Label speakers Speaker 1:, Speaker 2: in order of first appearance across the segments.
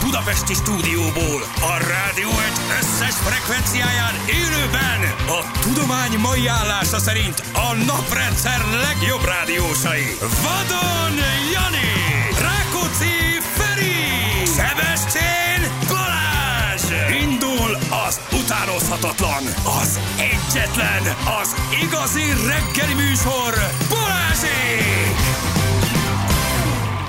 Speaker 1: budapesti stúdióból, a rádió egy összes frekvenciáján élőben, a tudomány mai állása szerint a naprendszer legjobb rádiósai. Vadon Jani, Rákóczi Feri, Sebestyén Balázs! Indul az utánozhatatlan, az egyetlen, az igazi reggeli műsor, Balázsék!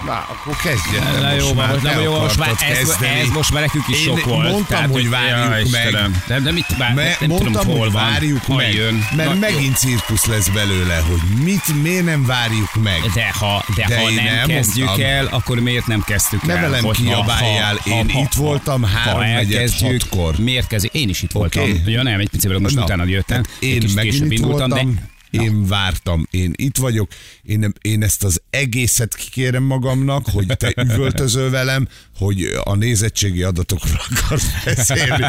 Speaker 2: Na, akkor kezdjen. el
Speaker 3: Na jó,
Speaker 2: most
Speaker 3: már, most, nem,
Speaker 2: ne
Speaker 3: jó, most már ez,
Speaker 2: kezdeni.
Speaker 3: ez, most már nekünk is
Speaker 2: Én
Speaker 3: sok volt.
Speaker 2: mondtam, hogy várjuk
Speaker 3: jaj,
Speaker 2: meg.
Speaker 3: Istenem. Nem, nem, itt vár,
Speaker 2: Me-
Speaker 3: nem
Speaker 2: mondtam,
Speaker 3: tudom, hol
Speaker 2: hogy
Speaker 3: van.
Speaker 2: várjuk
Speaker 3: Hol
Speaker 2: meg,
Speaker 3: jön.
Speaker 2: mert
Speaker 3: Na,
Speaker 2: megint cirkusz lesz belőle, hogy mit, miért nem várjuk meg.
Speaker 3: De ha, de
Speaker 2: De
Speaker 3: ha
Speaker 2: én
Speaker 3: nem
Speaker 2: elmondtam.
Speaker 3: kezdjük el, akkor miért nem kezdtük
Speaker 2: Ne
Speaker 3: el?
Speaker 2: velem
Speaker 3: Hogy ha-
Speaker 2: kiabáljál,
Speaker 3: ha-
Speaker 2: én
Speaker 3: ha-
Speaker 2: itt
Speaker 3: ha-
Speaker 2: voltam
Speaker 3: ha
Speaker 2: háromnegyed
Speaker 3: elkezdjük,
Speaker 2: hatkor.
Speaker 3: Miért kezdjük? Én is itt voltam.
Speaker 2: Oké.
Speaker 3: Ja nem, egy picivel most
Speaker 2: Na,
Speaker 3: utána jöttem.
Speaker 2: hát
Speaker 3: Egy
Speaker 2: Én
Speaker 3: kicsit
Speaker 2: megint
Speaker 3: később
Speaker 2: itt
Speaker 3: indultam, de
Speaker 2: voltam, én vártam, én itt vagyok, én, nem, én ezt az egészet kikérem magamnak, hogy te üvöltözöl velem, hogy a nézettségi adatokról akarsz beszélni.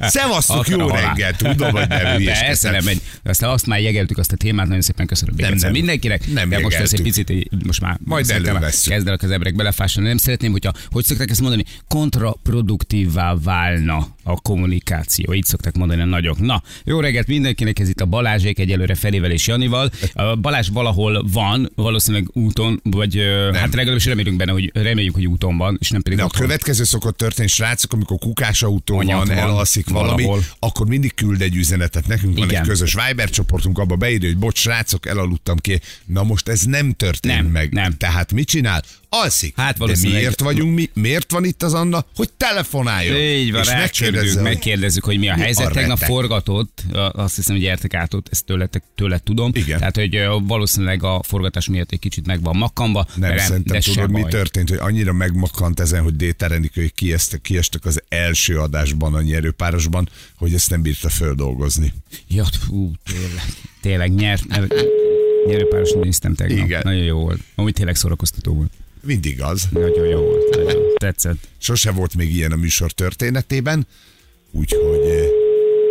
Speaker 2: Szevasztok, jó
Speaker 3: Akra halál.
Speaker 2: reggel, tudom, hogy nem
Speaker 3: Persze, nem egy. Aztán azt már jegeltük azt a témát, nagyon szépen köszönöm még
Speaker 2: Nem,
Speaker 3: egyszer
Speaker 2: nem.
Speaker 3: mindenkinek.
Speaker 2: Nem
Speaker 3: de most ez egy
Speaker 2: jegeltük.
Speaker 3: picit, így- most már
Speaker 2: Majd
Speaker 3: szerintem
Speaker 2: elővesszük.
Speaker 3: Kezd el az emberek belefásolni. Nem szeretném, hogyha, hogy szokták ezt mondani, kontraproduktívvá válna a kommunikáció. Így szokták mondani a nagyok. Na, jó reggelt mindenkinek, ez itt a Balázsék egyelőre Ferivel és Janival. A Balázs valahol van, valószínűleg úton, vagy nem. hát legalábbis remélünk benne, hogy reméljük, hogy úton van, és nem pedig
Speaker 2: De a
Speaker 3: otthon.
Speaker 2: következő szokott történni, srácok, amikor kukás autó
Speaker 3: Anyag
Speaker 2: van,
Speaker 3: van
Speaker 2: elalszik valami,
Speaker 3: valahol.
Speaker 2: akkor mindig küld egy üzenetet. Nekünk van
Speaker 3: Igen.
Speaker 2: egy közös Viber csoportunk, abba beírja, hogy bocs, srácok, elaludtam ki. Na most ez nem történt
Speaker 3: Nem,
Speaker 2: meg.
Speaker 3: nem.
Speaker 2: Tehát mit csinál? Alszik.
Speaker 3: Hát
Speaker 2: De
Speaker 3: valószínűleg-
Speaker 2: miért vagyunk mi? Miért van itt az Anna? Hogy telefonáljon.
Speaker 3: Így van,
Speaker 2: és
Speaker 3: megkérdezzük,
Speaker 2: megkérdezzük.
Speaker 3: megkérdezzük, hogy mi a
Speaker 2: Mi
Speaker 3: helyzet.
Speaker 2: a
Speaker 3: Tegnap
Speaker 2: retek?
Speaker 3: forgatott, a- azt hiszem, hogy értek át ott, ezt tőletek, tőled tudom.
Speaker 2: Igen.
Speaker 3: Tehát, hogy ö, valószínűleg a forgatás miatt egy kicsit meg van makkanva.
Speaker 2: Nem,
Speaker 3: de
Speaker 2: szerintem
Speaker 3: de se
Speaker 2: tudod, mi
Speaker 3: baj.
Speaker 2: történt, hogy annyira megmakkant ezen, hogy Déterenik, hogy kiestek, kiestek az első adásban a nyerőpárosban, hogy ezt nem bírta földolgozni.
Speaker 3: Ja, fú, tényleg, tényleg nyert. Nyerőpáros néztem tegnap.
Speaker 2: Igen.
Speaker 3: Nagyon jó volt. Amúgy tényleg szórakoztató volt.
Speaker 2: Mindig az.
Speaker 3: Nagyon jó volt. Nagyon. Tetszett,
Speaker 2: Sose volt még ilyen a műsor történetében, úgyhogy eh,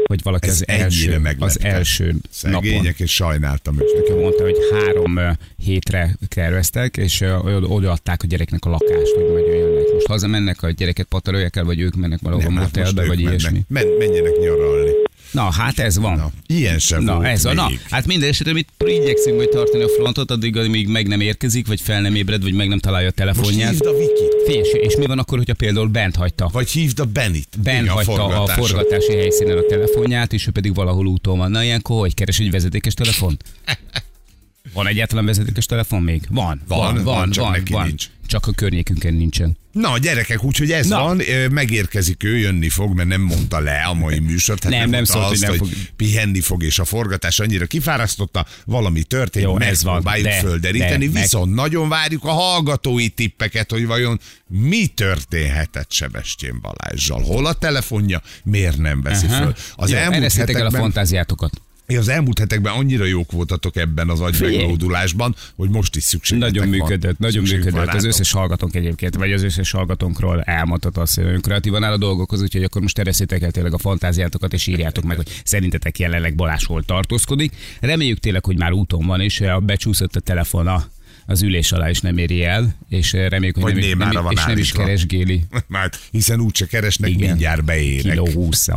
Speaker 3: hogy valaki
Speaker 2: ez
Speaker 3: az
Speaker 2: ennyire
Speaker 3: első,
Speaker 2: meglepte.
Speaker 3: az első napon.
Speaker 2: szegények, és sajnáltam őket.
Speaker 3: Nekem mondta, hogy három ö, hétre terveztek, és ö, oda- odaadták a gyereknek a lakást, hogy majd jöjjenek. Most hazamennek a gyereket patarolják el, vagy ők mennek valahol
Speaker 2: hát
Speaker 3: motelbe,
Speaker 2: most
Speaker 3: vagy
Speaker 2: ők
Speaker 3: ilyesmi.
Speaker 2: mennek. Men- menjenek nyaralni.
Speaker 3: Na, hát ez van.
Speaker 2: Na, ilyen sem
Speaker 3: Na,
Speaker 2: volt
Speaker 3: ez a,
Speaker 2: még.
Speaker 3: na, hát minden esetre mi igyekszünk majd tartani a frontot, addig, amíg meg nem érkezik, vagy fel nem ébred, vagy meg nem találja a
Speaker 2: Most
Speaker 3: telefonját.
Speaker 2: hívd a Vikit,
Speaker 3: Fés, és mi van akkor, hogyha például bent hagyta?
Speaker 2: vagy hívd a Benit.
Speaker 3: Ben
Speaker 2: Igen,
Speaker 3: hagyta a,
Speaker 2: forgatáson.
Speaker 3: forgatási helyszínen a telefonját, és ő pedig valahol úton van. Na ilyenkor hogy keres egy vezetékes telefon? Van egyáltalán vezetékes telefon még? Van,
Speaker 2: Van,
Speaker 3: van, van,
Speaker 2: van,
Speaker 3: van.
Speaker 2: csak
Speaker 3: van,
Speaker 2: neki nincs.
Speaker 3: Csak a környékünkön nincsen.
Speaker 2: Na, gyerekek, úgyhogy ez
Speaker 3: Na.
Speaker 2: van, ö, megérkezik ő, jönni fog, mert nem mondta le a mai műsort. Tehát
Speaker 3: Nem, nem
Speaker 2: mondta
Speaker 3: szólt,
Speaker 2: azt,
Speaker 3: hogy nem
Speaker 2: hogy pihenni fog, és a forgatás annyira kifárasztotta, valami történt,
Speaker 3: Jó, ez van,
Speaker 2: megpróbáljuk
Speaker 3: de-
Speaker 2: földeríteni,
Speaker 3: de- meg-
Speaker 2: viszont nagyon várjuk a hallgatói tippeket, hogy vajon mi történhetett Sebestyén Balázsjal. Hol a telefonja, miért nem veszi
Speaker 3: Aha.
Speaker 2: föl. Az
Speaker 3: Jó,
Speaker 2: elmúlt
Speaker 3: eresztétek el a
Speaker 2: hetekben
Speaker 3: fantáziátokat.
Speaker 2: Ja, Az elmúlt hetekben annyira jók voltatok ebben az agymeglódulásban, hogy most is szükségetek
Speaker 3: Nagyon
Speaker 2: van.
Speaker 3: működött, nagyon
Speaker 2: Szükség van
Speaker 3: működött. Az
Speaker 2: rátok.
Speaker 3: összes hallgatónk egyébként, vagy az összes hallgatónkról elmondhat azt, hogy nagyon kreatívan áll a dolgokhoz, úgyhogy akkor most ereszétek el tényleg a fantáziátokat, és írjátok meg, hogy szerintetek jelenleg Balázs hol tartózkodik. Reméljük tényleg, hogy már úton van, és eh, becsúszott a telefon a az ülés alá is nem éri el, és eh, reméljük, hogy
Speaker 2: Vagy
Speaker 3: nem,
Speaker 2: némára
Speaker 3: nem,
Speaker 2: van
Speaker 3: és nem is
Speaker 2: állítva.
Speaker 3: keresgéli.
Speaker 2: Már, hiszen úgyse keresnek,
Speaker 3: Igen.
Speaker 2: mindjárt beérek.
Speaker 3: Kiló 20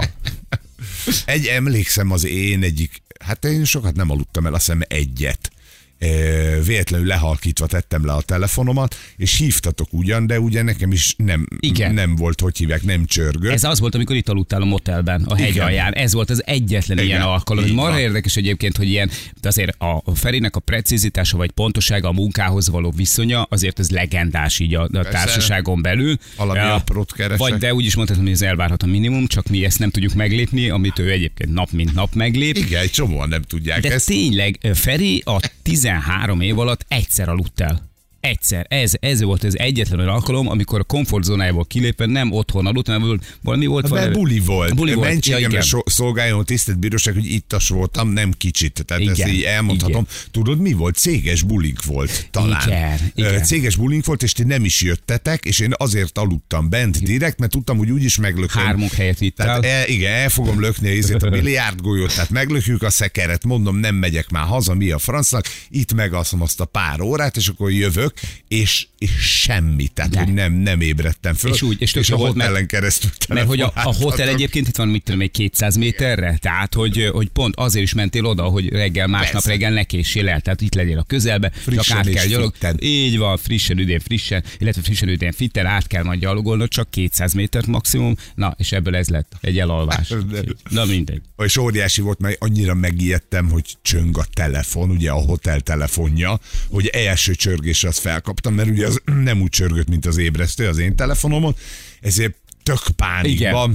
Speaker 2: Egy emlékszem az én egyik, hát én sokat nem aludtam el, azt hiszem egyet. Ö, Véletlenül lehalkítva tettem le a telefonomat, és hívtatok ugyan, de ugye nekem is nem,
Speaker 3: Igen.
Speaker 2: nem volt, hogy hívják, nem csörgött.
Speaker 3: Ez az volt, amikor itt aludtál a motelben, a hegy
Speaker 2: Igen.
Speaker 3: alján. Ez volt az egyetlen
Speaker 2: Igen,
Speaker 3: Igen. ilyen alkalom.
Speaker 2: így van.
Speaker 3: Marha érdekes egyébként, hogy ilyen, de azért a a Ferinek a precizitása vagy pontosága a munkához való viszonya, azért ez legendás így a, a társaságon belül.
Speaker 2: Valami
Speaker 3: Ja.
Speaker 2: aprót keresek.
Speaker 3: Vagy de úgy is mondhatom, hogy ez elvárhat a minimum, csak mi ezt nem tudjuk meglépni, amit ő egyébként nap mint nap meglép.
Speaker 2: Igen, egy csomóan nem tudják
Speaker 3: De
Speaker 2: ezt.
Speaker 3: tényleg, Feri a 13 év alatt egyszer aludt el. Egyszer. Ez, ez volt az egyetlen olyan alkalom, amikor a komfortzónájából kilépve nem otthon aludt, hanem valami volt.
Speaker 2: Mert
Speaker 3: valami-
Speaker 2: buli volt.
Speaker 3: Buli volt. Ja,
Speaker 2: Mentségemre
Speaker 3: igen.
Speaker 2: so- szolgáljon a tisztelt bíróság, hogy ittas voltam, nem kicsit. Tehát igen, ezt
Speaker 3: Igen,
Speaker 2: így elmondhatom. Tudod, mi volt? Céges bulink volt talán.
Speaker 3: Igen, igen.
Speaker 2: Ö, Céges bulink volt, és ti nem is jöttetek, és én azért aludtam bent direkt, mert tudtam, hogy úgyis meglököm.
Speaker 3: Hármunk helyett itt
Speaker 2: Tehát
Speaker 3: áll.
Speaker 2: el, igen, el fogom lökni a izét, a milliárd golyót, tehát meglökjük a szekeret, mondom, nem megyek már haza, mi a francnak, itt megalszom azt a pár órát, és akkor jövök, vagyok, és, és semmi, tehát
Speaker 3: De.
Speaker 2: hogy nem, nem ébredtem föl.
Speaker 3: És úgy, és tök
Speaker 2: és
Speaker 3: jó
Speaker 2: a
Speaker 3: volt, mert-
Speaker 2: hotellen keresztül
Speaker 3: Mert hogy a, a hotel
Speaker 2: telefonáltatok.
Speaker 3: egyébként itt van, mit tudom, egy 200 méterre, tehát hogy, hogy pont azért is mentél oda, hogy reggel, másnap
Speaker 2: Persze.
Speaker 3: reggel ne késél el, tehát itt legyél a közelbe,
Speaker 2: Frissen
Speaker 3: csak át
Speaker 2: és
Speaker 3: kell gyalog.
Speaker 2: fitten.
Speaker 3: Így van, frissen, üdén, frissen, illetve frissen, üdén, fitten, át kell majd gyalogolnod, csak 200 métert maximum, na és ebből ez lett, egy elalvás.
Speaker 2: Hát,
Speaker 3: Na mindegy.
Speaker 2: és óriási volt, mert annyira megijedtem, hogy csöng a telefon, ugye a hotel telefonja, hogy első csörgésre azt felkaptam, mert ugye az nem úgy csörgött, mint az ébresztő az én telefonomon, ezért tök pánikban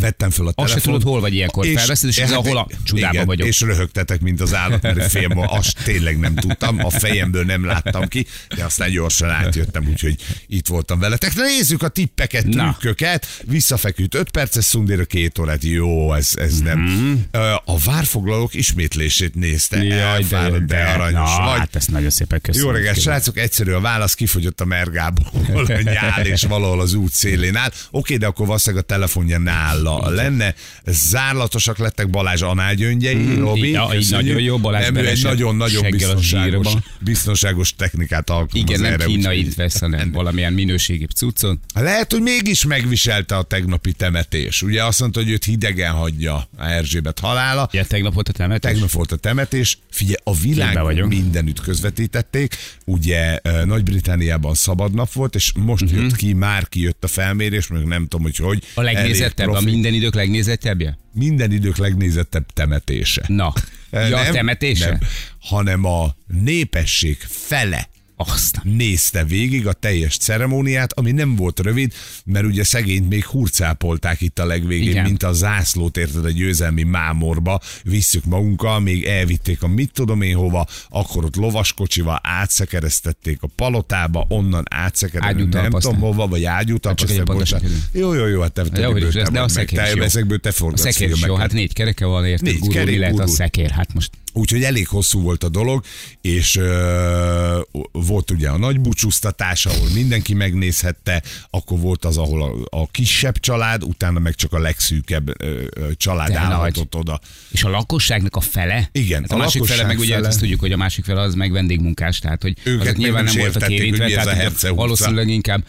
Speaker 2: vettem fel a
Speaker 3: Azt se
Speaker 2: telefont.
Speaker 3: tudod, hol vagy ilyenkor. Felveszed, és
Speaker 2: hát
Speaker 3: ez ahol a
Speaker 2: egy-
Speaker 3: csodában
Speaker 2: igen,
Speaker 3: vagyok.
Speaker 2: És röhögtetek, mint az állat, mert fél ma azt tényleg nem tudtam, a fejemből nem láttam ki, de aztán gyorsan átjöttem, úgyhogy itt voltam veletek. Na nézzük a tippeket,
Speaker 3: Na.
Speaker 2: trükköket. Visszafeküdt 5 perces szundéra 2 órát. Jó, ez, ez nem.
Speaker 3: Mhm.
Speaker 2: Ö, A várfoglalók ismétlését nézte. Elfáradt, de, aranyos
Speaker 3: na,
Speaker 2: vagy.
Speaker 3: hát ezt nagyon szépen köszönöm.
Speaker 2: Jó reggelt,
Speaker 3: Kérlek.
Speaker 2: srácok, egyszerű a válasz, kifogyott a mergából a nyál, és valahol az út szélén áll. Oké, de akkor valószínűleg a telefonja nála lenne. Zárlatosak lettek Balázs Anál gyöngyei, Robi.
Speaker 3: így- Mm, ja, így
Speaker 2: köszönjük.
Speaker 3: nagyon jó, Balázs
Speaker 2: Nem, ő egy
Speaker 3: beleesett
Speaker 2: nagyon-nagyon
Speaker 3: seggel a
Speaker 2: biztonságos,
Speaker 3: zsírba.
Speaker 2: biztonságos technikát alkalmaz
Speaker 3: Igen, nem
Speaker 2: erre, úgyhogy-
Speaker 3: kínait vesz, hanem valamilyen minőségi cuccon.
Speaker 2: lehet, hogy mégis megviselte a tegnapi temetés. Ugye azt mondta, hogy őt hidegen hagyja a Erzsébet halála.
Speaker 3: Ugye tegnap volt a temetés?
Speaker 2: Tegnap volt a temetés, figyelj, a világ
Speaker 3: Képben vagyok.
Speaker 2: mindenütt közvetítették, ugye eh, Nagy-Britániában szabad nap volt, és most uh-huh. jött ki, már kijött a felmérés, még nem tudom, hogy hogy.
Speaker 3: Mhm. A legnézettebb,
Speaker 2: Elég
Speaker 3: a
Speaker 2: profi.
Speaker 3: minden idők legnézettebbje?
Speaker 2: Minden idők legnézettebb temetése.
Speaker 3: Na,
Speaker 2: Eh,
Speaker 3: ja, a temetése?
Speaker 2: Nem, hanem a népesség fele
Speaker 3: Azt nem.
Speaker 2: nézte végig a teljes ceremóniát, ami nem volt rövid, mert ugye szegényt még hurcápolták itt a legvégén,
Speaker 3: Igen.
Speaker 2: Igen. mint a zászlót érted a győzelmi mámorba, visszük magunkkal, még elvitték a mit tudom én hova, akkor ott lovaskocsival átszekeresztették a palotába, onnan átszekeresztették
Speaker 3: Ágyútalp
Speaker 2: nem
Speaker 3: aztán.
Speaker 2: tudom hova, vagy ágyútalp,
Speaker 3: Hát csak
Speaker 2: aztán
Speaker 3: egyre pontosan
Speaker 2: bocsánat. Jó, jó, jó, hát te, te,
Speaker 3: Jó, hogy
Speaker 2: te,
Speaker 3: is
Speaker 2: te,
Speaker 3: lesz, de a
Speaker 2: meg,
Speaker 3: szekér is
Speaker 2: te
Speaker 3: jó.
Speaker 2: ezekből te
Speaker 3: A
Speaker 2: forgatsz
Speaker 3: szekér is jó,
Speaker 2: filmeket.
Speaker 3: hát négy kereke van, érted?
Speaker 2: Négy
Speaker 3: Négy gurul, mi
Speaker 2: kerék,
Speaker 3: lehet a
Speaker 2: gurul.
Speaker 3: szekér? Hát most
Speaker 2: Úgyhogy elég hosszú volt a dolog, és ö, volt ugye a nagy búcsúztatás, ahol mindenki megnézhette, akkor volt az, ahol a, a kisebb család, utána meg csak a legszűkebb ö, ö, család
Speaker 3: De
Speaker 2: állhatott oda.
Speaker 3: és a lakosságnak a fele?
Speaker 2: Igen,
Speaker 3: hát a,
Speaker 2: a
Speaker 3: másik fele,
Speaker 2: lakosság
Speaker 3: meg ugye
Speaker 2: fele.
Speaker 3: azt tudjuk, hogy a másik fele az meg vendégmunkás, tehát hogy
Speaker 2: Őket még
Speaker 3: azok nyilván
Speaker 2: nem
Speaker 3: nem
Speaker 2: is
Speaker 3: voltak
Speaker 2: értették,
Speaker 3: érintve,
Speaker 2: hogy mi ez a
Speaker 3: tehát
Speaker 2: Herceg
Speaker 3: ugye
Speaker 2: utca.
Speaker 3: valószínűleg inkább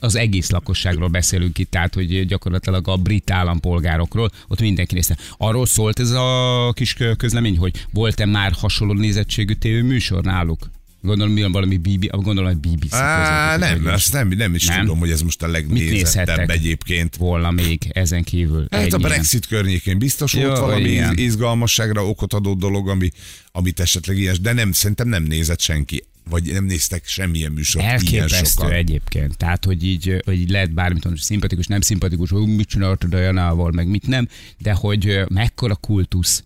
Speaker 3: az egész lakosságról beszélünk itt, tehát hogy gyakorlatilag a brit állampolgárokról, ott mindenki nézte. Arról szólt ez a kis kö- közlemény, hogy volt-e már hasonló nézettségű tévéműsor náluk? Gondolom, mi van valami BB, gondolom, hogy BBC.
Speaker 2: Á,
Speaker 3: közvetített,
Speaker 2: nem,
Speaker 3: vagy
Speaker 2: azt nem, nem is
Speaker 3: Nem?
Speaker 2: nem? tudom, hogy ez most a legnézettebb
Speaker 3: nézhettek?
Speaker 2: egyébként.
Speaker 3: volna még ezen kívül.
Speaker 2: Hát
Speaker 3: egy
Speaker 2: a
Speaker 3: ilyen.
Speaker 2: Brexit környékén biztos
Speaker 3: Jó,
Speaker 2: volt valami
Speaker 3: igen.
Speaker 2: igen. izgalmasságra okot adó dolog, ami, amit esetleg ilyes, de nem, szerintem nem nézett senki, vagy nem néztek semmilyen műsort ilyen
Speaker 3: Elképesztő
Speaker 2: sokan.
Speaker 3: egyébként. Tehát, hogy így, ö, hogy így lehet bármit mondani, hogy szimpatikus, nem szimpatikus, hogy mit csináltad a Janával, meg mit nem, de hogy ö, mekkora kultusz.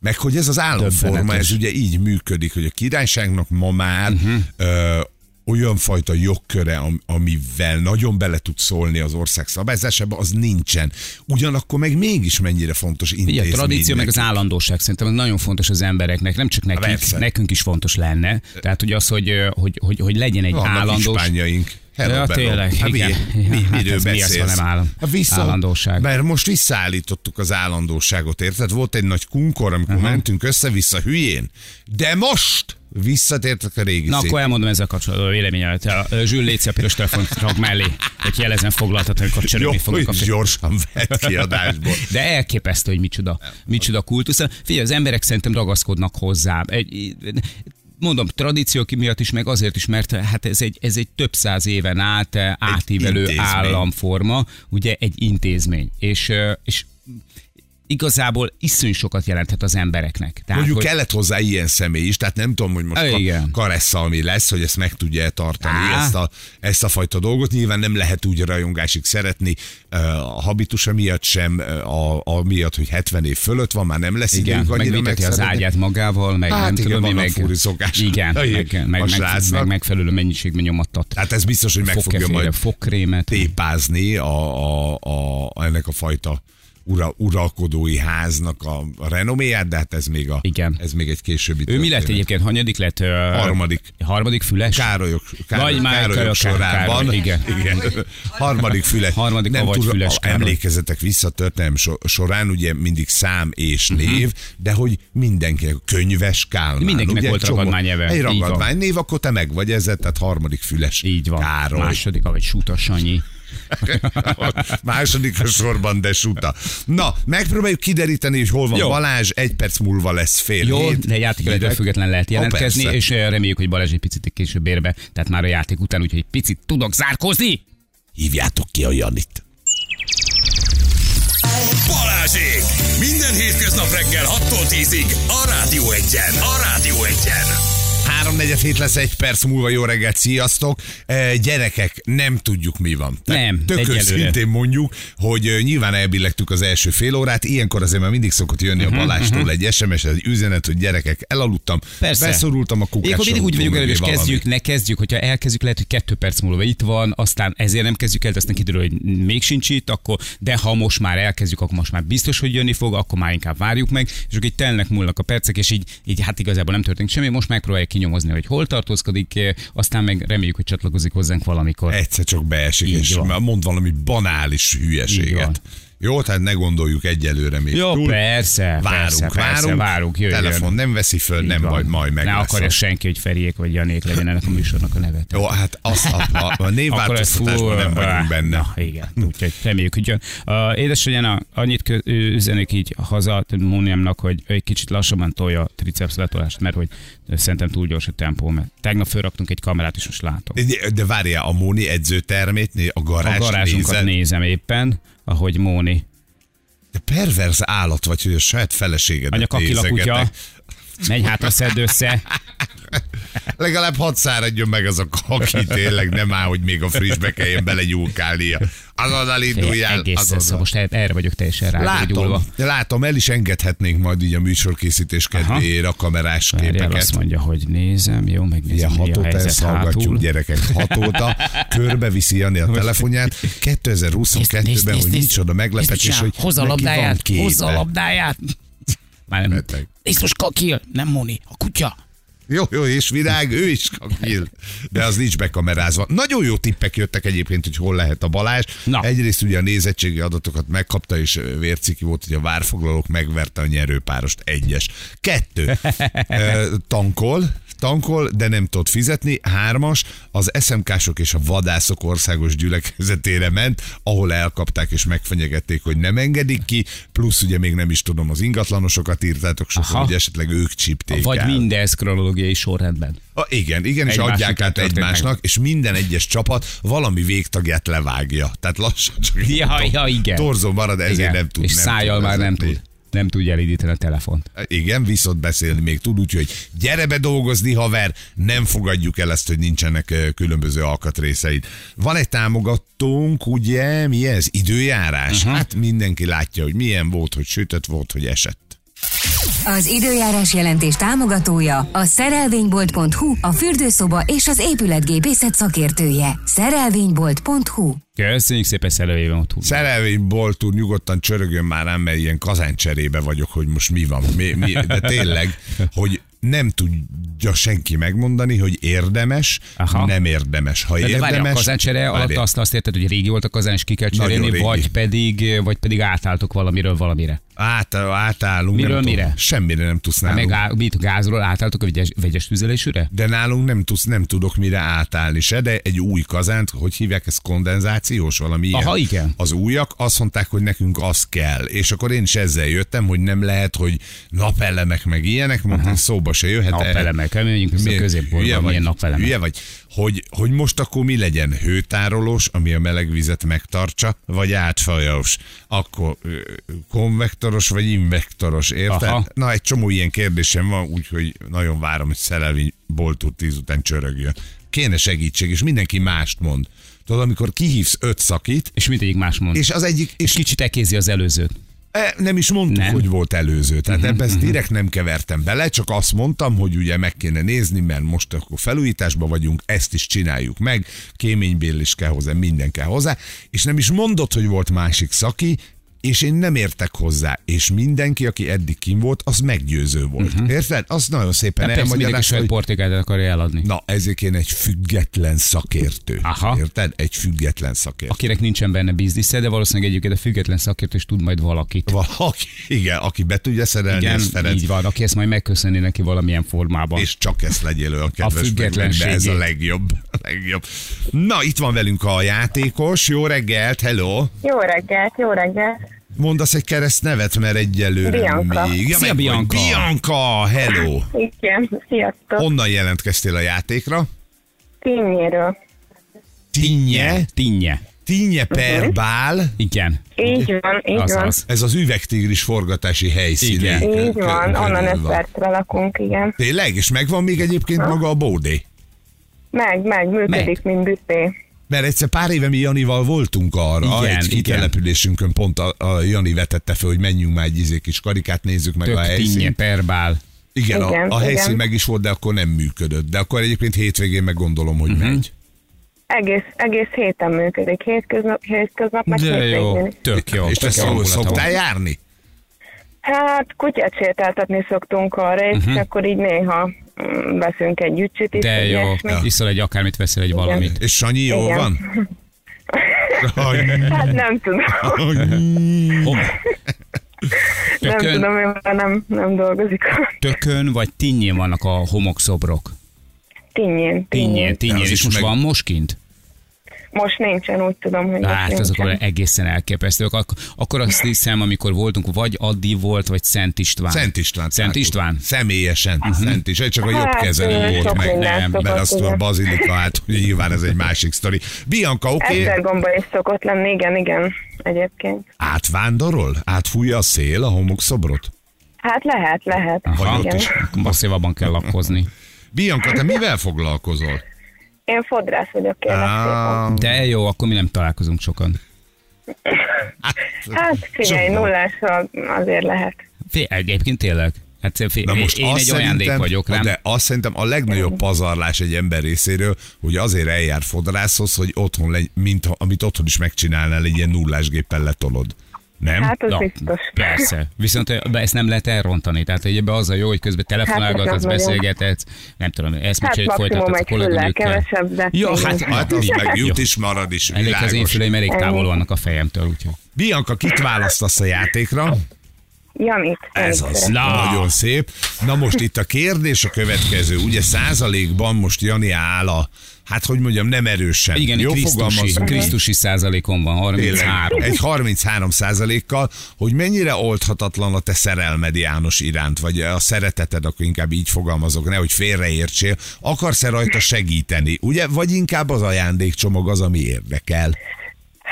Speaker 2: Meg hogy ez az államforma,
Speaker 3: Döbbenetes. Mhm.
Speaker 2: ez ugye így működik, hogy a királyságnak ma már uh-huh. ö, olyan fajta jogköre, am- amivel nagyon bele tud szólni az ország szabályzásába, az nincsen. Ugyanakkor meg mégis mennyire fontos
Speaker 3: Ugye a
Speaker 2: intézmény.
Speaker 3: tradíció, meg
Speaker 2: neki.
Speaker 3: az állandóság szerintem az nagyon fontos az embereknek, nem csak nekünk,
Speaker 2: Persze.
Speaker 3: nekünk is fontos lenne. Tehát, hogy az, hogy, ö, hogy, hogy, hogy legyen egy
Speaker 2: Vannak
Speaker 3: állandós...
Speaker 2: hispányaink. Hello,
Speaker 3: Ja,
Speaker 2: bello.
Speaker 3: tényleg,
Speaker 2: Hát,
Speaker 3: igen.
Speaker 2: Mi, mi,
Speaker 3: Hát
Speaker 2: miről
Speaker 3: ez mi az, ha
Speaker 2: beszélsz?
Speaker 3: nem állam-
Speaker 2: Hát vissza,
Speaker 3: állandóság.
Speaker 2: Mert most visszaállítottuk az állandóságot, érted? Volt egy nagy kunkor, amikor uh-huh. mentünk össze-vissza hülyén, de most visszatértek a régi
Speaker 3: Na,
Speaker 2: szép
Speaker 3: akkor elmondom ezzel kapcsolatban a véleményemet. A ö, Zsül Léci a piros telefon rak mellé, hogy jelezen foglaltat, amikor
Speaker 2: Jó,
Speaker 3: cserélni fogok a
Speaker 2: hogy gyorsan vett ki adásból.
Speaker 3: De elképesztő, hogy micsoda, micsoda kultusz. Figyelj, az emberek szerintem ragaszkodnak hozzá. Egy, mondom, tradíciók miatt is, meg azért is, mert hát ez egy, ez egy több száz éven át eh, átívelő
Speaker 2: intézmény.
Speaker 3: államforma, ugye egy intézmény. És, eh, és igazából iszony sokat jelenthet az embereknek. Tehát,
Speaker 2: Mondjuk
Speaker 3: hogy-
Speaker 2: kellett hozzá ilyen személy is, tehát nem tudom, hogy most
Speaker 3: Á, igen.
Speaker 2: ka- karessa, ami lesz, hogy ezt meg tudja tartani,
Speaker 3: Á.
Speaker 2: ezt a, ezt a fajta dolgot. Nyilván nem lehet úgy rajongásig szeretni ö, a habitusa miatt sem, ö, a, a miatt, hogy 70 év fölött van, már nem lesz
Speaker 3: Igen,
Speaker 2: időnk
Speaker 3: meg
Speaker 2: annyira
Speaker 3: viteti az
Speaker 2: megszeretni.
Speaker 3: ágyát magával, meg
Speaker 2: Hát
Speaker 3: nem
Speaker 2: igen,
Speaker 3: tudom, mi
Speaker 2: vannak
Speaker 3: meg...
Speaker 2: furi szokásai
Speaker 3: igen,
Speaker 2: a
Speaker 3: meg, meg, meg,
Speaker 2: srácnak.
Speaker 3: meg, megfelelő mennyiségben nyomattat.
Speaker 2: Tehát ez biztos, Hát, hogy meg fogja
Speaker 3: Fogkefére,
Speaker 2: majd
Speaker 3: fogkrémet.
Speaker 2: tépázni a, a, a, a, ennek a fajta ura, uralkodói háznak a, a renoméját, de hát ez még, a,
Speaker 3: Igen.
Speaker 2: ez még egy későbbi
Speaker 3: Ő mi lett
Speaker 2: történet.
Speaker 3: egyébként? Hanyadik lett? Ö,
Speaker 2: Harmadik.
Speaker 3: Harmadik füles?
Speaker 2: Károlyok, Károly,
Speaker 3: Vagy
Speaker 2: Vagy
Speaker 3: már
Speaker 2: Károlyok,
Speaker 3: Károly-
Speaker 2: sorában.
Speaker 3: Károly, igen.
Speaker 2: igen. Harmadik füle.
Speaker 3: Harmadik
Speaker 2: nem
Speaker 3: avagy
Speaker 2: tudom,
Speaker 3: füles
Speaker 2: a-
Speaker 3: Károly.
Speaker 2: Emlékezetek vissza a történelem so- során, ugye mindig szám és
Speaker 3: Mhm.
Speaker 2: név, de hogy mindenki könyves Kálmán.
Speaker 3: Mindenkinek
Speaker 2: ugye,
Speaker 3: volt
Speaker 2: csomó-
Speaker 3: ragadmányneve.
Speaker 2: Egy
Speaker 3: Így van.
Speaker 2: ragadmány név, akkor te meg vagy ezzel, tehát harmadik füles
Speaker 3: Így van.
Speaker 2: Károly.
Speaker 3: Második, vagy Súta Sanyi.
Speaker 2: Második a sorban, de suta. Na, megpróbáljuk kideríteni, hogy hol van
Speaker 3: Jó.
Speaker 2: Jó. Balázs, egy perc múlva lesz fél
Speaker 3: Jó,
Speaker 2: hét.
Speaker 3: de játékra ettől
Speaker 2: Hírek.
Speaker 3: független lehet
Speaker 2: Ó,
Speaker 3: jelentkezni,
Speaker 2: persze.
Speaker 3: és eh, reméljük, hogy Balázs egy picit később ér be, tehát már a játék után, úgyhogy egy picit tudok zárkózni.
Speaker 2: Hívjátok ki a Janit.
Speaker 1: Balázsék! Minden hétköznap reggel 6-tól 10-ig a Rádió Egyen. A Rádió Egyen.
Speaker 2: Háromnegyed hét lesz egy perc múlva, jó reggelt, sziasztok! E, gyerekek, nem tudjuk mi van. Tehát
Speaker 3: Nem,
Speaker 2: Tök
Speaker 3: egyelőre.
Speaker 2: őszintén mondjuk, hogy ö, nyilván elbillegtük az első fél órát, ilyenkor azért már mindig szokott jönni
Speaker 3: Mhm,
Speaker 2: a Balástól egy SMS, egy üzenet, hogy gyerekek, elaludtam,
Speaker 3: Persze.
Speaker 2: beszorultam a
Speaker 3: Én
Speaker 2: kukásra.
Speaker 3: akkor mindig úgy vagyok elő, és kezdjük, ne kezdjük, hogyha elkezdjük, lehet, hogy kettő perc múlva itt van, aztán ezért nem kezdjük el, aztán kiderül, hogy még sincs itt, akkor, de ha most már elkezdjük, akkor most már biztos, hogy jönni fog, akkor már inkább várjuk meg, és akkor így telnek múlnak a percek, és így, így hát igazából nem történik semmi, most megpróbáljuk kinyomozni, hogy hol tartózkodik, eh, aztán meg reméljük, hogy csatlakozik hozzánk valamikor.
Speaker 2: Egyszer csak beesik,
Speaker 3: Így
Speaker 2: és
Speaker 3: van.
Speaker 2: már mond valami banális
Speaker 3: Így van.
Speaker 2: hülyeséget. Jó, tehát ne gondoljuk egyelőre még
Speaker 3: Jó,
Speaker 2: túl.
Speaker 3: persze,
Speaker 2: Várunk,
Speaker 3: persze,
Speaker 2: várunk,
Speaker 3: persze, várunk, jöjjön.
Speaker 2: telefon nem veszi föl,
Speaker 3: Így
Speaker 2: nem
Speaker 3: van.
Speaker 2: baj, majd meg
Speaker 3: Ne
Speaker 2: lesz
Speaker 3: akarja
Speaker 2: az.
Speaker 3: senki, hogy Feriék vagy Janék legyen ennek a műsornak a nevet.
Speaker 2: Jó, hát az a, a, a
Speaker 3: Akkor ez Ah,
Speaker 2: névváltoztatásban nem vagyunk benne.
Speaker 3: Na, igen, úgyhogy reméljük, hogy jön. A édesanyján a- annyit kö, ő üzenik így haza Móniámnak, hogy egy kicsit lassabban tolja a triceps letolást, mert hogy szerintem túl gyors a tempó, mert tegnap fölraktunk egy kamerát, és most látom.
Speaker 2: De, de várjál, a Móni edzőtermét, né- a
Speaker 3: A
Speaker 2: garázs a
Speaker 3: garázsunkat
Speaker 2: nézel,
Speaker 3: nézem éppen, ahogy Móni.
Speaker 2: de perverz állat vagy, hogy a saját feleségedet
Speaker 3: Anya kakila kutya,
Speaker 2: nézegetek.
Speaker 3: megy hátra szedd össze.
Speaker 2: Legalább hadd száradjon meg az a kaki, tényleg nem áll, hogy még a frissbe kelljen belegyúlkálnia. Azonnal induljál.
Speaker 3: Egészen,
Speaker 2: azonnal.
Speaker 3: szóval most er- erre vagyok teljesen rágyúlva.
Speaker 2: Látom, de látom, el is engedhetnénk majd így a műsorkészítés kedvéért a kamerás
Speaker 3: Várjál, azt
Speaker 2: képeket.
Speaker 3: mondja, hogy nézem, jó,
Speaker 2: Ugye
Speaker 3: megnézem, mi
Speaker 2: hat
Speaker 3: a
Speaker 2: óta
Speaker 3: helyzet
Speaker 2: ezt hallgatjuk,
Speaker 3: hátul.
Speaker 2: gyerekek, hat óta körbeviszi Jani a telefonját. 2022-ben, hogy micsoda meglepetés, hogy
Speaker 3: Hozza a
Speaker 2: neki van
Speaker 3: labdáját,
Speaker 2: képe.
Speaker 3: hozza a labdáját. Már nem.
Speaker 2: Beteg.
Speaker 3: Nézd most kakil, nem Moni, a kutya.
Speaker 2: Jó, jó, és virág, ő is kapil. De az nincs bekamerázva. Nagyon jó tippek jöttek egyébként, hogy hol lehet a Balázs.
Speaker 3: Na.
Speaker 2: Na. Egyrészt ugye a nézettségi adatokat megkapta, és vérciki volt, hogy a várfoglalók megverte a nyerőpárost. Egyes. Kettő. Ö, tankol, tankol, de nem tud fizetni. Hármas, az SMK-sok és a vadászok országos gyülekezetére ment, ahol elkapták és megfenyegették, hogy nem engedik ki, plusz ugye még nem is tudom, az ingatlanosokat írtátok sokan,
Speaker 3: Aha.
Speaker 2: hogy esetleg ők csípték
Speaker 3: Vagy
Speaker 2: el.
Speaker 3: mindez kronológiai sorrendben.
Speaker 2: A, igen, igen, és
Speaker 3: Egymásnak
Speaker 2: adják át
Speaker 3: történnek.
Speaker 2: egymásnak, és minden egyes csapat valami végtagját levágja. Tehát lassan csak
Speaker 3: Ja, ja, igen.
Speaker 2: torzó marad, ezért
Speaker 3: Igen.
Speaker 2: nem tud.
Speaker 3: És
Speaker 2: nem
Speaker 3: szájjal már nem
Speaker 2: vezetni.
Speaker 3: tud. Nem tudja elindítani a telefont.
Speaker 2: Igen, viszont beszélni még tud, úgyhogy gyere be dolgozni, haver, nem fogadjuk el ezt, hogy nincsenek ö, különböző alkatrészeid. Van egy támogatónk, ugye, mi ez? Időjárás.
Speaker 3: Mhm.
Speaker 2: Uh-huh. Hát mindenki látja, hogy milyen volt, hogy sütött volt, hogy esett.
Speaker 4: Az időjárás jelentés támogatója a szerelvénybolt.hu, a fürdőszoba és az épületgépészet szakértője. Szerelvénybolt.hu
Speaker 3: Köszönjük szépen, szelőjében ott húz.
Speaker 2: Szerelvénybolt úr, nyugodtan csörögjön már nem, mert ilyen kazáncserébe vagyok, hogy most mi van. Mi, mi, de tényleg, hogy nem tudja senki megmondani, hogy érdemes,
Speaker 3: Aha.
Speaker 2: Aha. nem érdemes. Ha
Speaker 3: De
Speaker 2: érdemes,
Speaker 3: várjál, a kazáncsere alatt
Speaker 2: várjál.
Speaker 3: azt, azt érted, hogy régi volt a kazán, és ki kell
Speaker 2: Nagyon
Speaker 3: cserélni,
Speaker 2: régi.
Speaker 3: vagy pedig, vagy pedig átálltok valamiről valamire. Hát
Speaker 2: Át, átállunk.
Speaker 3: Miről
Speaker 2: nem
Speaker 3: mire? Hát
Speaker 2: Tudom, semmire nem tudsz nálunk.
Speaker 3: Meg á, mit, gázról átálltok a vegyes, vegyes tüzelésűre?
Speaker 2: de nálunk nem, tudsz, nem tudok mire átállni se, de egy új kazánt, hogy hívják, ez kondenzációs valami ilyen.
Speaker 3: Aha, igen.
Speaker 2: Az újak azt mondták, hogy nekünk az kell, és akkor én is ezzel jöttem, hogy nem lehet, hogy napelemek meg ilyenek, mondtam, szóba se jöhet.
Speaker 3: Napelemek, menjünk vissza a
Speaker 2: Milyen- hülye
Speaker 3: középkorba, milyen
Speaker 2: vagy?
Speaker 3: napelemek.
Speaker 2: Hülye vagy, hogy, hogy most akkor mi legyen hőtárolós, ami a meleg vizet megtartsa, vagy átfajós? Akkor ö, konvektoros, vagy invektoros, érted?
Speaker 3: Aha.
Speaker 2: Na, egy csomó ilyen kérdésem van, úgyhogy nagyon várom, hogy Szerelvény boltúr tíz után csörögjön. Kéne segítség, és mindenki mást mond. Tudod, amikor kihívsz öt szakit,
Speaker 3: És mindegyik más mond.
Speaker 2: és az egyik, és
Speaker 3: és kicsit ekézi az előzőt.
Speaker 2: E, Nem is mondtuk,
Speaker 3: Nem. Mhm,
Speaker 2: nem. hogy volt előző. Tehát uh-huh, ebbe ezt direkt nem kevertem bele, csak azt mondtam, hogy ugye meg kéne nézni, mert most akkor felújításban vagyunk, ezt is csináljuk meg, kéménybél is kell hozzá, minden kell hozzá, és nem is mondott, hogy volt másik szaki, és én nem értek hozzá, és mindenki, aki eddig kim volt, az meggyőző volt. Uh-huh. Érted? Azt nagyon szépen
Speaker 3: Mhm. Nem persze mindenki
Speaker 2: elmagyarázta,
Speaker 3: saját
Speaker 2: hogy
Speaker 3: portikát akarja eladni.
Speaker 2: na ezért én egy független szakértő.
Speaker 3: Aha.
Speaker 2: Érted? Egy független szakértő.
Speaker 3: Akinek nincsen benne biznisze, de valószínűleg egyébként a független szakértő is tud majd valakit.
Speaker 2: Valaki, igen, aki be tudja szerelni,
Speaker 3: Igen,
Speaker 2: ezt Ferenc.
Speaker 3: így van, aki ezt majd megköszöni neki valamilyen formában.
Speaker 2: És csak ezt legyél olyan kedves,
Speaker 3: függetlenségét.
Speaker 2: de ez a legjobb. legjobb. Na, itt van velünk a játékos. Jó reggelt, hello!
Speaker 5: Jó reggelt, jó reggelt.
Speaker 2: Mondasz egy kereszt nevet, mert egyelőre
Speaker 5: Bianca.
Speaker 2: még.
Speaker 3: Szia,
Speaker 2: meg vagy.
Speaker 3: Bianca.
Speaker 2: Bianca, hello!
Speaker 5: Igen, sziasztok. On...
Speaker 2: Honnan jelentkeztél a játékra?
Speaker 5: Tényéről.
Speaker 2: Tinje,
Speaker 3: Tinnye.
Speaker 2: Tinje
Speaker 5: Mhm.
Speaker 2: per bál.
Speaker 3: Igen.
Speaker 5: Így van, így
Speaker 3: Az
Speaker 5: van.
Speaker 3: az.
Speaker 2: Ez az üvegtigris forgatási helyszín.
Speaker 3: Igen.
Speaker 5: Így van, onnan öt percre lakunk, igen.
Speaker 2: Tényleg? És megvan még egyébként maga a bódé?
Speaker 5: Meg, meg, működik, mint büfé.
Speaker 2: Mert egyszer pár éve mi Janival voltunk arra,
Speaker 3: Igen,
Speaker 2: igen, egy
Speaker 3: igen.
Speaker 2: kitelepülésünkön pont a, a Jani vetette fel, hogy menjünk már egy izé kis karikát, nézzük meg a
Speaker 3: Tök tinnye
Speaker 2: helyszínt.
Speaker 3: perbál.
Speaker 2: Igen, a,
Speaker 5: Igen,
Speaker 2: a helyszín
Speaker 5: igen.
Speaker 2: meg is volt, de akkor nem működött. De akkor egyébként hétvégén meg gondolom,
Speaker 3: Mhm.
Speaker 2: hogy uh-huh. megy.
Speaker 5: Egész, egész héten működik, hétköznap, hétköznap, meg
Speaker 3: De jó,
Speaker 5: hétvégén is.
Speaker 3: tök jó.
Speaker 2: És te
Speaker 3: tök jó
Speaker 2: szó,
Speaker 3: hangulata van.
Speaker 2: szoktál járni?
Speaker 5: Hát kutyát sétáltatni szoktunk arra, és uh-huh. akkor így néha mm, veszünk egy ücsit is,
Speaker 3: Mhm. De
Speaker 5: vagy
Speaker 3: jó,
Speaker 5: ilyesmi.
Speaker 3: iszol egy akármit, veszel egy valamit.
Speaker 2: És Sanyi jól
Speaker 5: Igen.
Speaker 2: van?
Speaker 5: Hát nem tudom, nem
Speaker 3: Tökön,
Speaker 5: tudom, én már nem, nem dolgozik.
Speaker 3: tökön vagy tinnyén vannak a homokszobrok?
Speaker 5: Tényén,
Speaker 3: Tinnyén,
Speaker 5: tényén.
Speaker 3: tinnyén.
Speaker 2: Az
Speaker 3: És
Speaker 2: is
Speaker 3: most
Speaker 2: meg-
Speaker 3: van most kint?
Speaker 5: Most nincsen, úgy tudom, hogy
Speaker 3: Hát
Speaker 5: most
Speaker 3: azok
Speaker 5: nincsen.
Speaker 3: olyan egészen elképesztők. Ak- akkor azt hiszem, amikor voltunk, vagy Addi volt, vagy Szent István.
Speaker 2: Szent István.
Speaker 3: Szent
Speaker 2: láttuk.
Speaker 3: István. Mhm.
Speaker 2: Személyesen. Uh-huh. Szent István, csak a jobb
Speaker 5: Hát,
Speaker 2: kezelő
Speaker 5: igen,
Speaker 2: volt
Speaker 5: sok
Speaker 2: meg.
Speaker 5: minden
Speaker 2: Nem, mert
Speaker 5: szokott,
Speaker 2: azt a
Speaker 5: igen.
Speaker 2: bazilika, hát nyilván ez egy másik sztori. Bianca, oké, okay,
Speaker 5: Esztergomba is szokott lenni, igen, igen, egyébként.
Speaker 2: átvándorol? Átfújja a szél a homokszobrot?
Speaker 5: Hát lehet, lehet.
Speaker 3: Aha, ott
Speaker 5: igen.
Speaker 3: is masszívabban kell lakkozni.
Speaker 2: Bianca, te mivel foglalkozol?
Speaker 5: Én fodrász vagyok, kérlek szépen.
Speaker 2: Á,
Speaker 3: De jó, akkor mi nem találkozunk sokan.
Speaker 5: Hát figyelj,
Speaker 2: Sokan.
Speaker 5: nullásra azért lehet.
Speaker 3: Fé, egyébként tényleg. Hát fél,
Speaker 2: Na most
Speaker 3: én
Speaker 2: azt
Speaker 3: egy ajándék
Speaker 2: szerintem-
Speaker 3: vagyok, nem?
Speaker 2: De azt szerintem a legnagyobb pazarlás egy ember részéről, hogy azért eljár fodrászhoz, hogy otthon legy, mint, ha- amit otthon is megcsinálnál, egy ilyen nullásgéppel letolod. Nem?
Speaker 5: Hát az
Speaker 3: Na,
Speaker 5: biztos.
Speaker 3: Persze. Viszont de ezt nem lehet elrontani. Tehát egy ebbe az a jó, hogy közben
Speaker 5: Hát
Speaker 3: telefonálgatsz,
Speaker 5: ez nem
Speaker 3: beszélgetsz, nem tudom, ezt
Speaker 5: Hát
Speaker 3: hát,
Speaker 5: maximum
Speaker 3: folytatod a
Speaker 5: egy füllel
Speaker 3: kolléganőkkel.
Speaker 5: kevesebb, de...
Speaker 3: Jó,
Speaker 5: igen.
Speaker 2: Hát, hát az meg jut is, marad is,
Speaker 3: Elég az én
Speaker 2: világos.
Speaker 3: füleim elég távol vannak a fejemtől, úgyhogy.
Speaker 2: Bianca, kit választasz a játékra?
Speaker 5: Janit.
Speaker 2: Ez
Speaker 5: Janit
Speaker 2: az.
Speaker 5: szeretem.
Speaker 2: Na.
Speaker 3: Na.
Speaker 2: Nagyon szép. Na most itt a kérdés a következő. Ugye százalékban most Jani áll a, hát hogy mondjam, nem erősen.
Speaker 3: Igen,
Speaker 2: Jó
Speaker 3: Jó krisztusi,
Speaker 2: fogalmazunk.
Speaker 3: krisztusi százalékon van,
Speaker 2: Tényleg,
Speaker 3: 33.
Speaker 2: Egy 33 százalékkal, hogy mennyire oldhatatlan a te szerelmed János iránt, vagy a szereteted, akkor inkább így fogalmazok, nehogy félreértsél. Akarsz-e rajta segíteni, ugye? Vagy inkább az ajándékcsomag az, ami érdekel?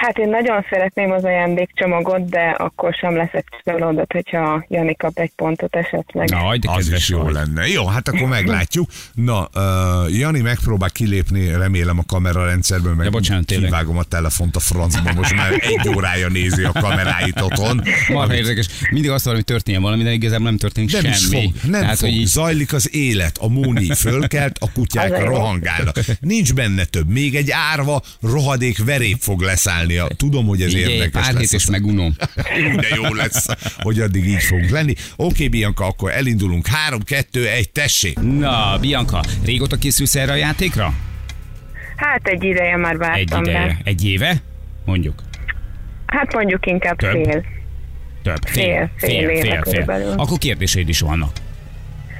Speaker 5: Hát én nagyon szeretném az ajándékcsomagot, de akkor sem leszek csalódott, hogyha Jani kap egy pontot esetleg.
Speaker 3: Na, hagyd, de
Speaker 2: Az
Speaker 3: kedves
Speaker 2: is jó
Speaker 3: vagy.
Speaker 2: lenne. Jó, hát akkor meglátjuk. Na, uh, Jani megpróbál kilépni, remélem a kamerarendszerből, meg
Speaker 3: Ja, bocsánat, tényleg.
Speaker 2: kivágom a telefont a francba, most már egy órája nézi a kameráit otthon.
Speaker 3: Marha érdekes. Mindig azt valami történjen valami, de igazából nem történik
Speaker 2: Nem
Speaker 3: semmi.
Speaker 2: is fog, nem
Speaker 3: Tehát,
Speaker 2: fog.
Speaker 3: hogy így
Speaker 2: Zajlik az élet, a móni fölkelt, a kutyák
Speaker 5: Az a jó.
Speaker 2: rohangálnak. Nincs benne több. Még egy árva rohadék verép fog leszállni. Tudom, hogy ez
Speaker 3: Figyelj,
Speaker 2: érdekes
Speaker 3: pár
Speaker 2: lesz.
Speaker 3: hét és megunom.
Speaker 2: Ú, de jó lesz, hogy addig így fogunk lenni. Oké, Bianca, akkor elindulunk. 3, 2, 1, tessék!
Speaker 3: Na, Bianca, régóta készülsz erre a játékra?
Speaker 5: Hát egy ideje már
Speaker 3: Egy
Speaker 5: vártam
Speaker 3: ideje.
Speaker 5: rá.
Speaker 3: Egy éve? Mondjuk.
Speaker 5: Hát mondjuk inkább
Speaker 3: Több?
Speaker 5: fél.
Speaker 3: Több.
Speaker 5: Fél, fél éve körülbelül.
Speaker 3: Akkor kérdéseid is vannak.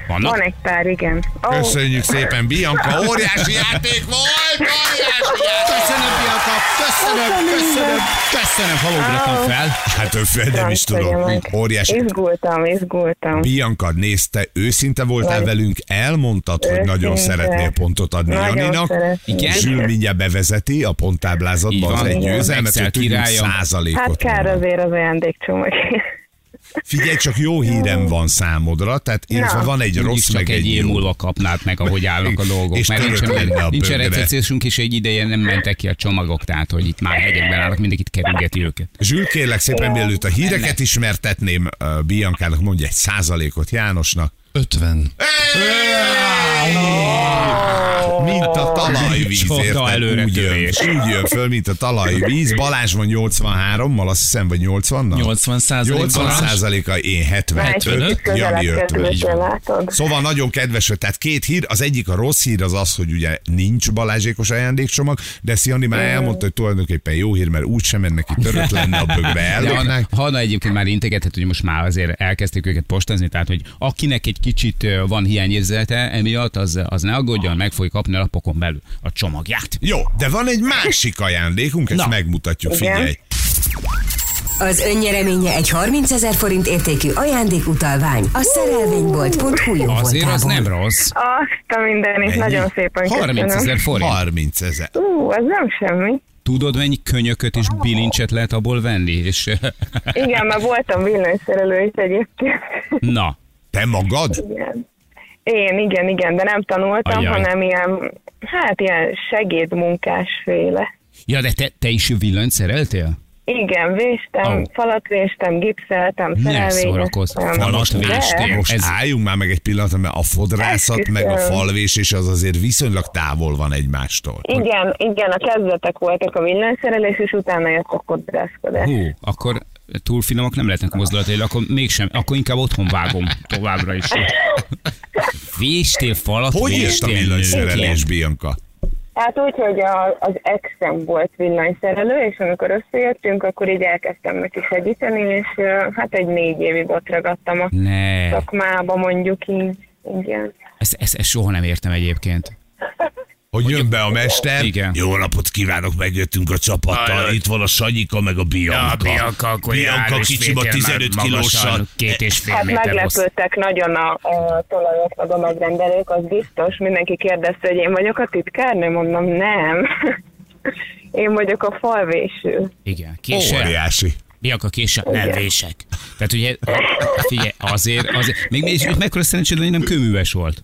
Speaker 3: Vannak?
Speaker 5: Van egy pár, igen. Ó,
Speaker 2: Köszönjük szépen, Bianca, óriási játék volt, óriási játék!
Speaker 3: Köszönöm, Bianca! Köszönöm, köszönöm! Köszönöm, ha ugrottam fel.
Speaker 2: Hát ő fel, nem is tudom,
Speaker 5: Francfagyamat.
Speaker 2: óriási.
Speaker 5: Izgultam, izgultam.
Speaker 2: Bianca, nézte, őszinte voltál
Speaker 5: Nagyon.
Speaker 2: velünk, elmondtad, hogy
Speaker 5: Őszinte.
Speaker 2: nagyon szeretnél pontot adni
Speaker 5: Nagyon
Speaker 2: Janinak.
Speaker 5: szeretném.
Speaker 3: Igen.
Speaker 2: Zsül mindjárt bevezeti a
Speaker 3: Így
Speaker 2: ponttáblázatba az
Speaker 3: van.
Speaker 2: egy
Speaker 3: Igen.
Speaker 2: győzelmet,
Speaker 3: Excel
Speaker 2: hogy tudjunk
Speaker 3: királya.
Speaker 5: Hát
Speaker 2: százalékot
Speaker 5: kár
Speaker 2: mondani.
Speaker 5: azért az ajándékcsomag.
Speaker 2: Figyelj, csak jó hírem van számodra, tehát illetve
Speaker 5: Na.
Speaker 2: van egy
Speaker 3: Úgyis
Speaker 2: rossz, meg
Speaker 3: csak egy
Speaker 2: egy
Speaker 3: év
Speaker 2: jó.
Speaker 3: múlva kapnád meg, ahogy állnak a dolgok.
Speaker 2: És
Speaker 3: Mert
Speaker 2: török
Speaker 3: nincsen,
Speaker 2: lenne a
Speaker 3: nincsen
Speaker 2: bögre.
Speaker 3: recepciós és egy ideje nem mentek ki a csomagok, tehát hogy itt már hegyekben állnak, mindenkit kerülgeti őket.
Speaker 2: Zsül, kérlek szépen, mielőtt a híreket ismertetném, uh, Biancának mondja egy százalékot Jánosnak.
Speaker 6: 50.
Speaker 2: Mint a talaj. talajvíz,
Speaker 3: Csoda
Speaker 2: érted? úgy, jön,
Speaker 3: előretörés.
Speaker 2: úgy jön föl, mint a talajvíz. Balázs van 83-mal, azt hiszem, vagy 80-nal?
Speaker 6: 80 százalék
Speaker 2: 80 százaléka, én 75, Jani 50.
Speaker 5: közül látod.
Speaker 2: Szóval nagyon kedves, vagy. tehát két hír, az egyik a rossz hír az az, hogy ugye nincs Balázsékos ajándékcsomag, de Sziani már elmondta, hogy tulajdonképpen jó hír, mert úgysem ennek itt törött lenne a bögbe
Speaker 3: De Hát Hanna,
Speaker 2: eldobnák.
Speaker 3: Hanna egyébként már integetett, hogy most már azért elkezdték őket postázni, tehát hogy akinek egy kicsit ö, van hiányérzete emiatt, az, az ne aggódjon, meg fogja kapni a lapokon belül a csomagját.
Speaker 2: Jó, de van egy másik ajándékunk, ezt
Speaker 3: Na.
Speaker 2: megmutatjuk,
Speaker 5: Igen.
Speaker 2: figyelj.
Speaker 4: Az önnyereménye egy 30 ezer forint értékű ajándékutalvány a szerelvénybolt.hu
Speaker 3: Azért az
Speaker 4: jóvoltából.
Speaker 3: nem rossz.
Speaker 5: Azt a mindenit,
Speaker 2: Mennyi?
Speaker 5: nagyon szépen
Speaker 3: 30
Speaker 5: köszönöm.
Speaker 3: ezer forint.
Speaker 2: 30 ezer.
Speaker 5: Ú, az nem semmi.
Speaker 3: Tudod, mennyi könyököt és bilincset lehet abból venni? És,
Speaker 5: Igen, már voltam villanyszerelő is egyébként.
Speaker 3: na,
Speaker 2: Te magad?
Speaker 5: Igen. Én, igen, igen, de nem tanultam,
Speaker 3: Ajjaj.
Speaker 5: hanem ilyen, hát ilyen segédmunkásféle.
Speaker 3: ja, de te, te is villanyt szereltél?
Speaker 5: Igen, véstem,
Speaker 3: Ó.
Speaker 5: falat véstem, gipszeltem,
Speaker 3: Ne szórakozz,
Speaker 5: szerelvényeztem.
Speaker 3: falat
Speaker 5: De,
Speaker 3: véstél.
Speaker 2: Most
Speaker 3: Ez-
Speaker 2: Ez... álljunk már meg egy pillanatra, mert a fodrászat, meg a
Speaker 5: Esküszöm.
Speaker 2: falvésés az azért viszonylag távol van egymástól.
Speaker 5: Igen, igen, a kezdetek voltak a villanyszerelés, és utána jött a kodrászkodás.
Speaker 3: Hú, akkor túl finomak nem lehetnek mozdulatilag, akkor mégsem, akkor inkább otthon vágom továbbra is. Véstél falat,
Speaker 2: Hogy írt a
Speaker 3: véstél nőként.
Speaker 2: villanyszerelés, Bianca?
Speaker 5: Hát úgy, hogy a, az exem volt villanyszerelő, és amikor összejöttünk, akkor így elkezdtem neki segíteni, és ö, hát egy négy évig ott ragadtam a
Speaker 3: Ne,
Speaker 5: szakmába, mondjuk így. Igen.
Speaker 3: ezt, ezt, ezt soha nem értem egyébként.
Speaker 2: Hogy jön be a mester.
Speaker 3: Igen.
Speaker 2: Jó napot kívánok, megjöttünk a csapattal. Itt van a Sanyika, meg a Bianca. Bianca kicsim a 15 kilóssal.
Speaker 3: Két és fél
Speaker 5: Hát
Speaker 3: méter hossz.
Speaker 5: meglepődtek nagyon a, a tolajok, meg a megrendelők, az biztos. Mindenki kérdezte, hogy én vagyok a titkárnő, mondom, nem. Én vagyok a falvéső.
Speaker 3: Igen, késel.
Speaker 2: Óriási.
Speaker 3: Bianca késel, nem vések. Tehát ugye, figyelj, azért, azért, még és mekkora szerencséd, hogy nem kőműves volt.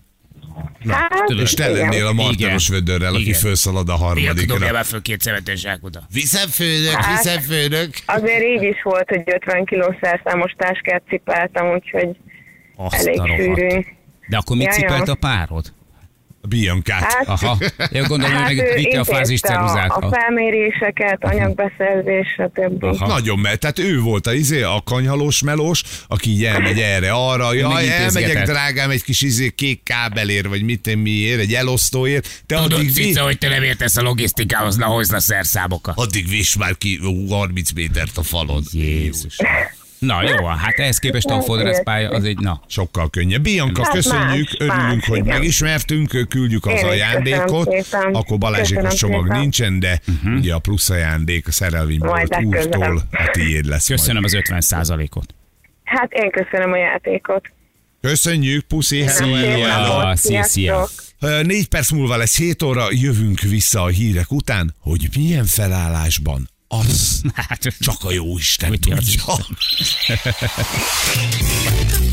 Speaker 5: Hát,
Speaker 3: tudod,
Speaker 2: És te
Speaker 5: igen.
Speaker 2: lennél a martaros
Speaker 3: Igen.
Speaker 2: vödörrel, aki
Speaker 3: Igen.
Speaker 2: felszalad a harmadikra.
Speaker 3: föl két szemetes zsákoda.
Speaker 2: Viszem főnök,
Speaker 5: Hát.
Speaker 2: viszem főnök.
Speaker 5: Azért így is volt, hogy 50 kiló szerszámos táskát cipeltem, úgyhogy
Speaker 3: Azt
Speaker 5: elég
Speaker 3: a rohadt.
Speaker 5: sűrű.
Speaker 3: De akkor mit
Speaker 5: Jaj,
Speaker 3: cipelt
Speaker 5: jaj.
Speaker 3: a párod?
Speaker 2: Biancát.
Speaker 5: Hát,
Speaker 3: Aha, én gondolom, hogy
Speaker 5: ő
Speaker 3: megvitte a
Speaker 5: intézte
Speaker 3: fázis ceruzát.
Speaker 5: A, a felméréseket, anyagbeszerzés, stb.
Speaker 3: Aha.
Speaker 2: Nagyon mert, tehát ő volt a izé, a kanyhalós melós, aki így elmegy erre, arra, jaj,
Speaker 3: megintézgetett.
Speaker 2: elmegyek drágám egy kis izé kék kábelért, vagy mit én miért, egy elosztóért. Te addig, vi-
Speaker 3: hogy te nem értesz a logisztikához, na hozd a szerszámokat.
Speaker 2: addig viss már ki ú, 30 métert a falon.
Speaker 3: Jézus. Na jó, hát ehhez képest a fodrászpálya az egy, na.
Speaker 2: Sokkal könnyebb. Bianca,
Speaker 5: Hát
Speaker 2: köszönjük,
Speaker 5: más,
Speaker 2: örülünk,
Speaker 5: más,
Speaker 2: hogy
Speaker 5: igen.
Speaker 2: megismertünk, küldjük az
Speaker 5: Én is
Speaker 2: ajándékot,
Speaker 5: köszönöm szépen.
Speaker 2: akkor Balázsékos
Speaker 5: Köszönöm
Speaker 2: csomag
Speaker 5: szépen.
Speaker 2: nincsen, de
Speaker 3: Mhm.
Speaker 2: ugye a plusz ajándék a szerelvénybolt
Speaker 5: Majd legközelebb.
Speaker 2: úrtól a tiéd lesz
Speaker 3: Köszönöm az 50 százalékot.
Speaker 5: Hát én köszönöm a játékot.
Speaker 2: Majd. Köszönjük, puszi, hello,
Speaker 5: Szép
Speaker 2: hello, hello.
Speaker 5: napot,
Speaker 3: Ah, szia, szia.
Speaker 5: sziasztok.
Speaker 2: Ö, Négy perc múlva lesz 7 óra, jövünk vissza a hírek után, hogy milyen felállásban az
Speaker 3: Hát,
Speaker 2: csak a jó Isten
Speaker 3: Mit
Speaker 2: tudja.
Speaker 3: jelent?